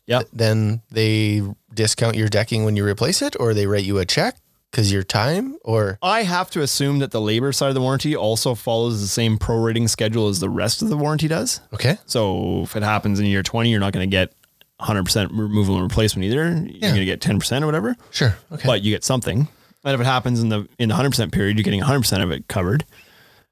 Yeah.
then they discount your decking when you replace it or they write you a check cuz your time or
I have to assume that the labor side of the warranty also follows the same prorating schedule as the rest of the warranty does.
okay.
So if it happens in year 20, you're not going to get 100% removal and replacement either. You're going to get 10% or whatever,
Sure. Okay.
but you get something. And if it happens in the in the 100% period, you're getting 100% of it covered.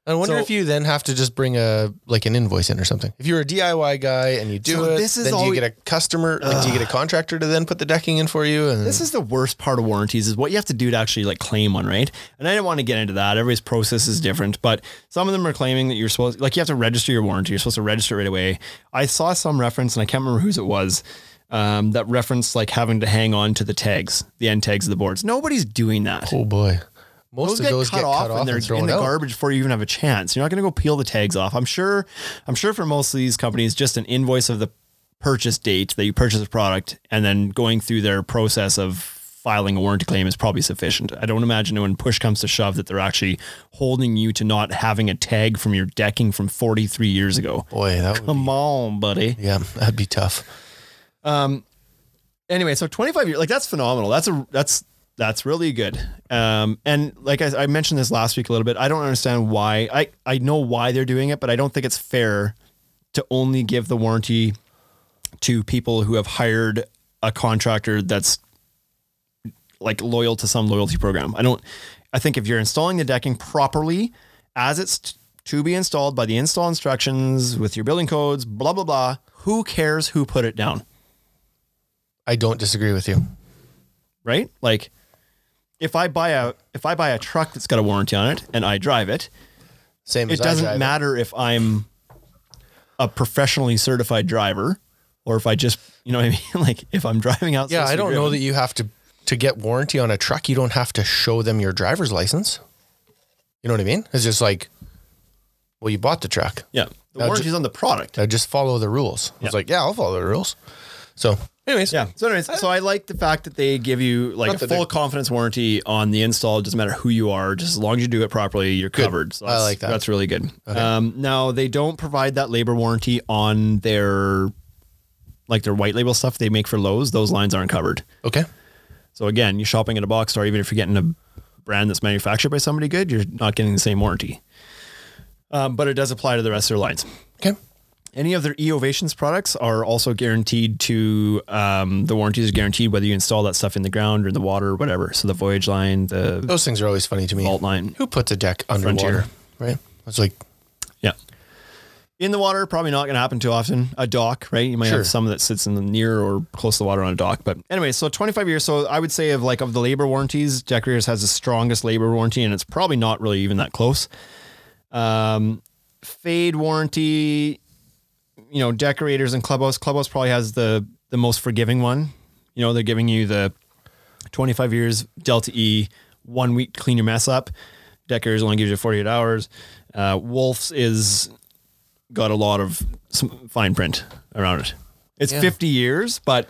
I wonder
So-
if you then have to just bring a like an invoice in or something. If you're a DIY guy and you do
So
it,
this is
then do
always-
you get a customer? Like, do you get a contractor to then put the decking in for you? And
This is the worst part of warranties is what you have to do to actually like claim one, right? And I didn't want to get into that. Everybody's process is different, but some of them are claiming that you're supposed like you have to register your warranty. You're supposed to register it right away. I saw some reference and I can't remember whose it was. Um, that referenced like having to hang on to the tags, the end tags of the boards. Nobody's doing that.
oh boy, most
Those
of
get,
those
cut,
get
off
cut off
and they're
and thrown
in the
out.
garbage before you even have a chance. You're not going to go peel the tags off. I'm sure. I'm sure for most of these companies, just an invoice of the purchase date that you purchase a product, and then going through their process of filing a warranty claim is probably sufficient. I don't imagine when push comes to shove that they're actually holding you to not having a tag from your decking from 43 years ago.
Boy, that would,
Come on, buddy.
yeah, that'd be tough.
anyway, so 25 years, like that's phenomenal. That's a that's that's really good. Um, and like I, I mentioned this last week a little bit, I don't understand why. I I know why they're doing it, but I don't think it's fair to only give the warranty to people who have hired a contractor that's like loyal to some loyalty program. I don't. I think if you're installing the decking properly, as it's t- to be installed by the install instructions with your building codes, blah blah blah. Who cares who put it down?
I don't disagree with you.
right? Like if I buy a if I buy a truck that's got a warranty on it and I drive it,
Same
it
as I drive
doesn't matter if I'm a professionally certified driver or if I just you know what I mean? Like if I'm driving out.
Yeah, I don't know that you have to to get warranty on a truck. You don't have to show them your driver's license. You know what I mean? It's just like, well, you bought the truck.
Yeah. The
Now, ju-
warranty's on the product.
I just follow the rules. I
Yeah.
was like, yeah, I'll follow the rules. So, anyways,
Yeah. So anyways, so I like the fact that they give you like
Not
a
that
full
they're-
confidence warranty on the install. It doesn't matter who you are, just as long as you do it properly, you're covered. So
I
that's-
like that.
That's really good. Um, now they don't provide that labor warranty on their like their white label stuff they make for Lowe's. Those lines aren't covered.
okay.
So again, you're shopping at a box store, even if you're getting a brand that's manufactured by somebody good, you're not getting the same warranty. Um, but it does apply to the rest of their lines.
Okay.
Any of their Eovations products are also guaranteed to um, the warranties are guaranteed whether you install that stuff in the ground or in the water or whatever. So the Voyage line, the
Those things are always funny to me.
Vault line,
Who puts a deck underwater?
Frontier.
Right? It's like,
yeah. In the water, probably not going to happen too often. A dock, right? You might
Sure.
have some that sits in the near or close to the water on a dock. But anyway, so 25 years. So I would say of like of the labor warranties, Decorators has the strongest labor warranty, and it's probably not really even that close. Um, fade warranty, you know, decorators and clubhouse. Clubhouse probably has the the most forgiving one. You know, they're giving you the 25 years Delta E, one week to clean your mess up. Decorators only gives you 48 hours. Uh, Wolf's is got a lot of some fine print around it. It's
Yeah.
50 years, but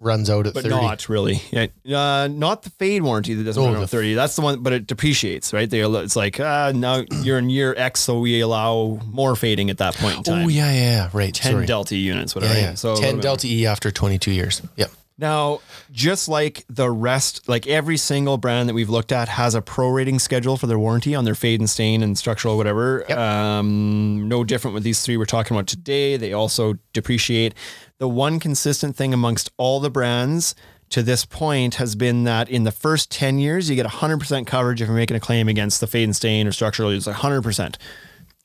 runs out at
but
30.
not really. Yeah, uh, not the fade warranty that doesn't
Oh,
run
the-
out thirty. That's the one, but it depreciates, right? They allo- it's like uh, now you're in year X, so we allow more fading at that point in time.
Oh yeah, yeah, yeah, right.
ten
Sorry.
delta E units,
yeah,
whatever.
yeah.
So a little
ten
bit
delta E after 22 years. Yep.
Now, just like the rest, like every single brand that we've looked at has a prorating schedule for their warranty on their fade and stain and structural whatever.
Yep.
Um, no different with these three we're talking about today. They also depreciate. The one consistent thing amongst all the brands to this point has been that in the first 10 years, you get 100% coverage if you're making a claim against the fade and stain or structural. It's like 100%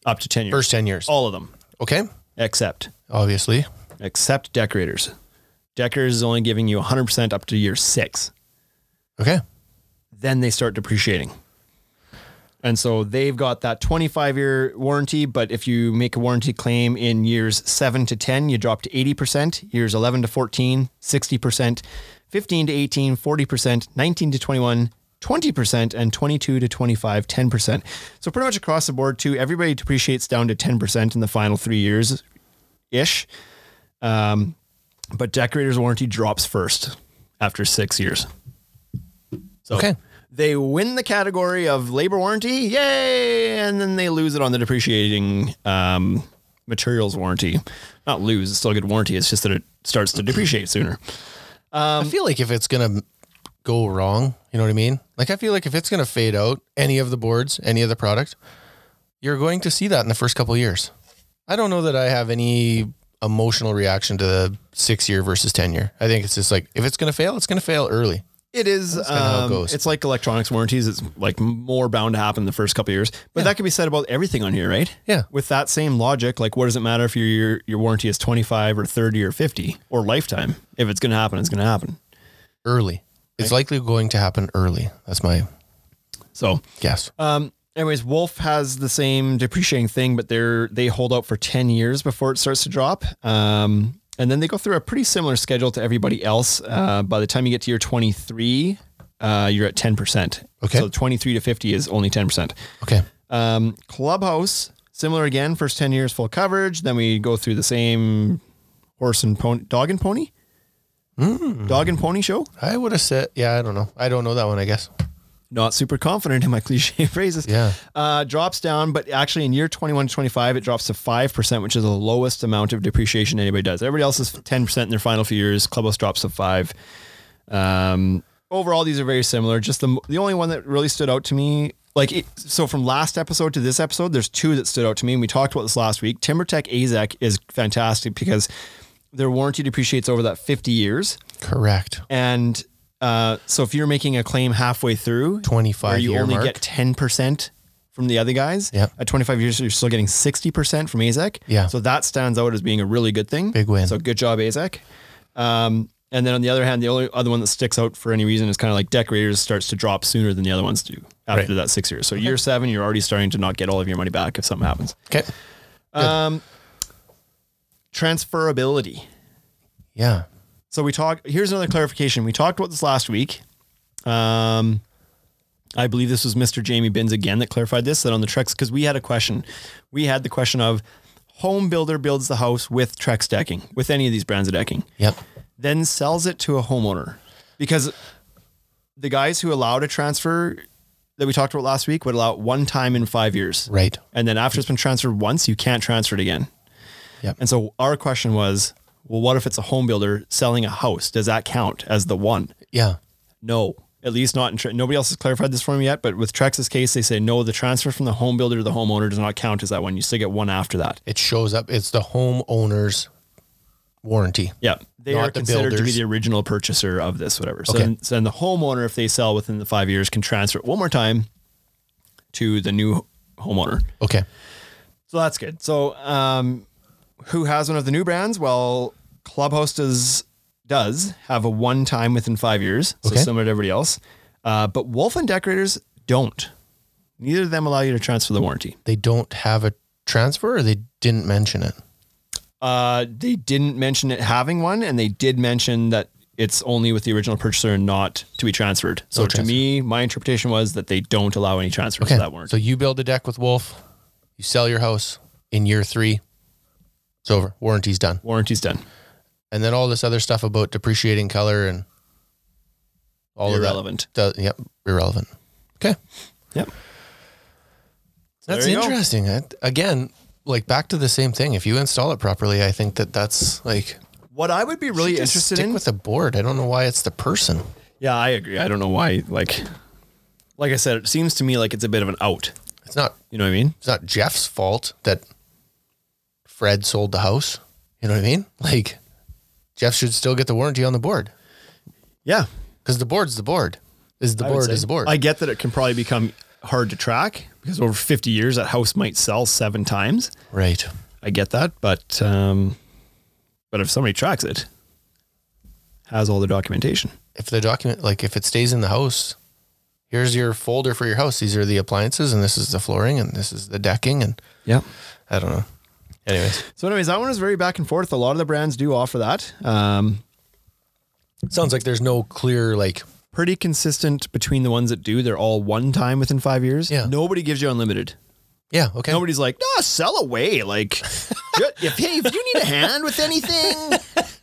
up to 10 years.
First 10 years.
All of them,
Okay.
except
Obviously.
except decorators. Decorators is only giving you 100% up to year six.
Okay.
Then they start depreciating. And so they've got that 25 year warranty, but if you make a warranty claim in years seven to 10, you drop to 80%, years 11 to 14, 60%, 15 to 18, 40%, 19 to 21, 20%, and 22 to 25, 10%. So pretty much across the board, too, everybody depreciates down to 10% in the final three years ish. Um, but decorator's warranty drops first after six years. So
Okay.
they win the category of labor warranty, yay! And then they lose it on the depreciating um, materials warranty. Not lose, it's still a good warranty. It's just that it starts to depreciate sooner.
I feel like if it's gonna go wrong, you know what I mean? Like I feel like if it's gonna fade out any of the boards, any of the product, you're going to see that in the first couple of years. I don't know that I have any emotional reaction to the six year versus ten year. I think it's just like if it's gonna fail, it's gonna fail early.
It is.
kinda how it
Um,
goes.
it's like electronics warranties. It's like more bound to happen the first couple of years, but that can be said about everything on here, right?
Yeah.
With that same logic, like, what does it matter if your your, your warranty is twenty five or thirty or fifty or lifetime? If it's going to happen, it's going to happen.
Early. It's likely going to happen early. That's my
So,
guess.
um, anyways, Wolf has the same depreciating thing, but they're they hold out for ten years before it starts to drop. Um, and then they go through a pretty similar schedule to everybody else. Uh, by the time you get to year twenty three, uh, you're at ten percent.
Okay.
So twenty three to fifty is only ten percent.
Okay.
Um, Clubhouse, similar again, first 10 years full coverage. Then we go through the same horse and pony, dog and pony, dog and pony show.
I would have said yeah, I don't know. I don't know that one, I guess.
Not super confident in my cliche phrases.
Yeah.
Uh, drops down, but actually in year 21 to 25, it drops to 5%, which is the lowest amount of depreciation anybody does. Everybody else is 10% in their final few years. Clubhouse drops to 5 Um, overall, these are very similar. Just the the only one that really stood out to me, like it, so from last episode to this episode, there's two that stood out to me, and we talked about this last week. TimberTech AZEC E is fantastic because their warranty depreciates over that 50 years,
Correct.
and uh, so if you're making a claim halfway through,
Twenty
where
five
you
year
only
mark.
get 10% from the other guys.
Yep.
At 25 years, you're still getting 60% from AZEC.
Yeah.
So that stands out as being a really good thing.
Big win.
So good job, AZEC. Um, and then on the other hand, the only other one that sticks out for any reason is kind of like decorators starts to drop sooner than the other ones do after
Right.
that six years. So year seven, you're already starting to not get all of your money back if something happens.
okay.
Um, transferability.
Yeah.
So we talked. Here's another clarification. We talked about this last week. Um, I believe this was Mr. Jamie Bins again that clarified this. That on the Trex, because we had a question. We had the question of home builder builds the house with Trex decking, with any of these brands of decking,
Yep.
then sells it to a homeowner, because the guys who allowed a transfer that we talked about last week would allow it one time in five years.
Right.
And then after it's been transferred once, you can't transfer it again.
Yep.
And so our question was, well, what if it's a home builder selling a house? Does that count as the one?
Yeah.
No, at least not in Tre- nobody else has clarified this for me yet. But with Trex's case, they say no. The transfer from the home builder to the homeowner does not count as that one. You still get one after that.
It shows up. It's the homeowner's warranty.
Yeah, they
Not
are
the
considered to be
builders.
the original purchaser of this, whatever. So,
Okay.
then, so then the homeowner, if they sell within the five years, can transfer it one more time to the new homeowner.
Okay.
So that's good. So, um, who has one of the new brands? Well, Clubhouse does, does have a one time within five years, so
Okay.
similar to everybody else. Uh, but Wolf and Decorators don't. Neither of them allow you to transfer the warranty.
They don't have a transfer or they didn't mention it.
Uh, they didn't mention it having one, and they did mention that it's only with the original purchaser and not to be transferred. So
No
to
transfer.
me, my interpretation was that they don't allow any transfers
Okay.
of that warranty.
So you build a deck with Wolf, you sell your house in year three. It's over. Warranty's done.
Warranty's done.
and then all this other stuff about depreciating color and all
Irrelevant.
of that. Does, yep, irrelevant. Okay,
Yep.
that's
There you go.
interesting. I, again, like back to the same thing. If you install it properly, I think that that's like
What I would be really
just
interested
stick
in
with the board. I don't know why it's the person.
Yeah, I agree. I don't know why. Like, like I said, it seems to me like it's a bit of an out.
It's not
You know what I mean?
it's not Jeff's fault that Fred sold the house. You know what I mean? Like Jeff should still get the warranty on the board
Yeah,
because the board's the board. Is the
I would
board
say.
is the board.
I get that it can probably become hard to track because over 50 years, that house might sell seven times.
right.
I get that, but um, but if somebody tracks it, has all the documentation.
If the document like if it stays in the house, here's your folder for your house. These are the appliances and this is the flooring and this is the decking and
Yeah.
I don't know. Anyways,
So, anyways, that one is very back and forth. A lot of the brands do offer that. Um,
sounds like there's no clear like
pretty consistent between the ones that do. They're all one time within five years.
Yeah.
Nobody gives you unlimited.
yeah okay.
Nobody's like, no, sell away. Like, ju- if, hey, if you need a hand with anything,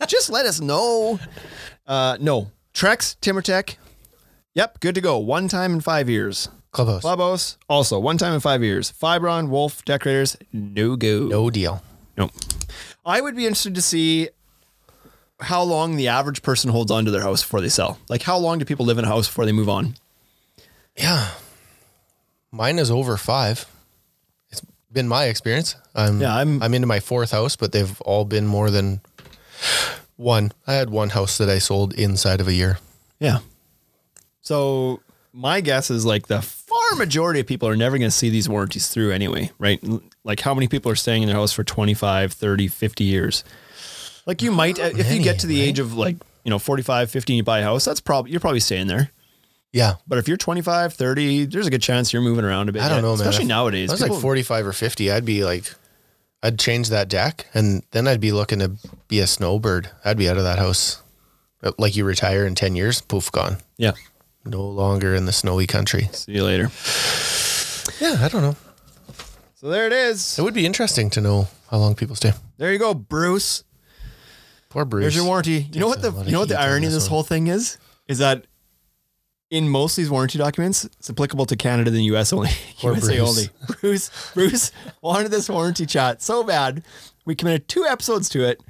just let us know. Uh, no, Trex, TimberTech. Yep, good to go. One time in five years.
Clubhouse.
Clubhouse, also one time in five years. Fibron, Wolf, Decorators, no go.
No deal.
Nope. I would be interested to see how long the average person holds on to their house before they sell. Like, how long do people live in a house before they move on?
Yeah. Mine is over five. It's been my experience. I'm
Yeah, I'm-
I'm into my fourth house, but they've all been more than one. I had one house that I sold inside of a year.
Yeah. So my guess is like the far majority of people are never going to see these warranties through anyway, right? L- Like how many people are staying in their house for 25, 30, 50 years? Like you might uh, if you get
many,
to the age of like, you know, 45, 50 and you buy a house, that's probably you're probably staying there.
Yeah.
But if you're 25, 30, there's a good chance you're moving around a bit.
I don't
Yeah,
know, man.
Especially
If
nowadays.
I was
people-
like 45 or 50. I'd be like, I'd change that deck and then I'd be looking to be a snowbird. I'd be out of that house. Uh, Like you retire in 10 years, poof, gone.
yeah.
No longer in the snowy country.
See you later.
Yeah, I don't know.
So there it is.
It would be interesting to know how long people stay.
There you go, Bruce.
Poor Bruce.
Here's your warranty. You know what
Takes
the
a lot of
you know what the
heat on
irony of
this
this
one.
whole thing is? Is that in most of these warranty documents, it's applicable to Canada and the US only.
Or
USA
Bruce.
only. Bruce, Bruce wanted this warranty chat so bad. We committed two episodes to it.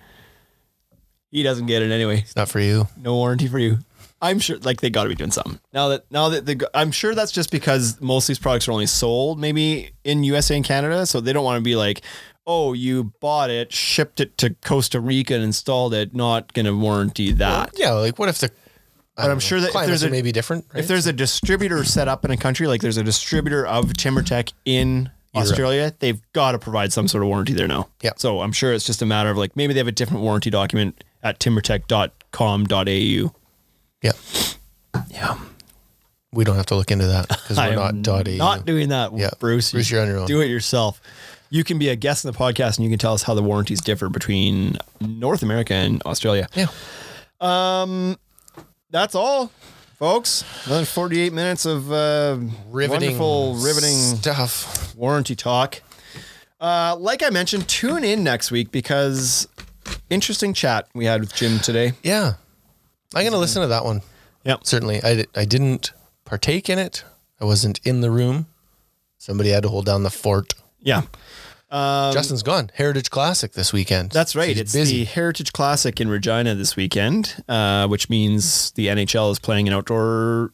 He doesn't get it anyway.
Not for you.
No warranty for you. I'm sure like they got to be doing something. Now that now that the I'm sure that's just because most of these products are only sold maybe in USA and Canada, so they don't want to be like, "Oh, you bought it, shipped it to Costa Rica and installed it, not going to warranty that."
Yeah, like what if the
But I'm sure that if there's a-
maybe different. Right?
If there's a distributor set up in a country, like there's a distributor of TimberTech in Australia, they've got to provide some sort of warranty there now.
Yeah.
So I'm sure it's just a matter of like maybe they have a different warranty document at timbertech.com.au.
yeah,
Yeah.
we don't have to look into that because
I
we're
am
not dotty.
Not doing that,
Yeah.
Bruce.
Bruce, you're on your own.
Do it yourself. You can be a guest in the podcast, and you can tell us how the warranties differ between North America and Australia.
yeah,
That's all, folks. Another 48 minutes of uh,
riveting,
wonderful, riveting
stuff.
warranty talk. Uh, like I mentioned, tune in next week because interesting chat we had with Jim today.
Yeah, I'm gonna listen to that one.
Yep.
certainly. I di- I didn't partake in it. I wasn't in the room. Somebody had to hold down the fort.
Yeah.
Justin's gone. Heritage Classic this weekend.
Um, That's right.
She's
it's
busy.
the Heritage Classic in Regina this weekend, uh, which means the NHL is playing an outdoor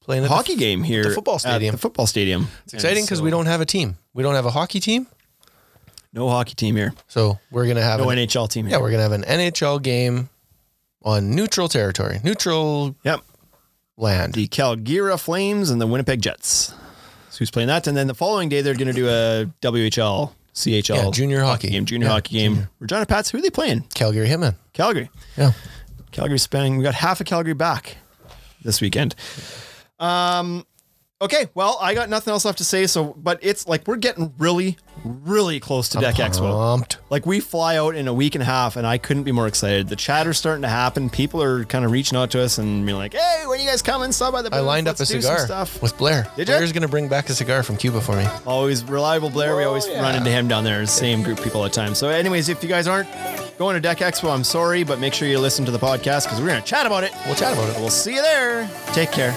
playing at the
hockey
f-
game here
the football
at
stadium.
the football stadium.
It's exciting because we don't have a team. We don't have a hockey team,
no hockey team here,
so we're gonna have
no
an
NHL team
Yeah,
here.
we're gonna have an NHL game on neutral territory, neutral
yep.
land.
The Calgary Flames and the Winnipeg Jets. So who's playing that? And then the following day they're going to do a WHL, CHL,
Yeah, junior hockey.
game, junior
Yeah,
hockey game. Regina Pats. Who are they playing?
Calgary Hitmen.
Calgary.
Yeah,
Calgary's spending. We got half of Calgary back this weekend. Um, okay. Well, I got nothing else left to say. So, but it's like we're getting really, really close to Deck
Uh-huh.
Expo.
pumped.
Like we fly out in a week and a half, and I couldn't be more excited. The chatter's starting to happen. People are kind of reaching out to us and being like, "Hey, when you guys coming? Stop by the."
I
booth.
lined up a
Let's do some
cigar
Stuff.
with Blair.
Did ya?
Blair's gonna bring back a cigar from Cuba for me.
Always reliable Blair. we always run into him down there. Same group people all the time. So, anyways, if you guys aren't going to Deck Expo, I'm sorry, but make sure you listen to the podcast because we're going to chat about it.
We'll chat about it.
We'll see you there. Take care.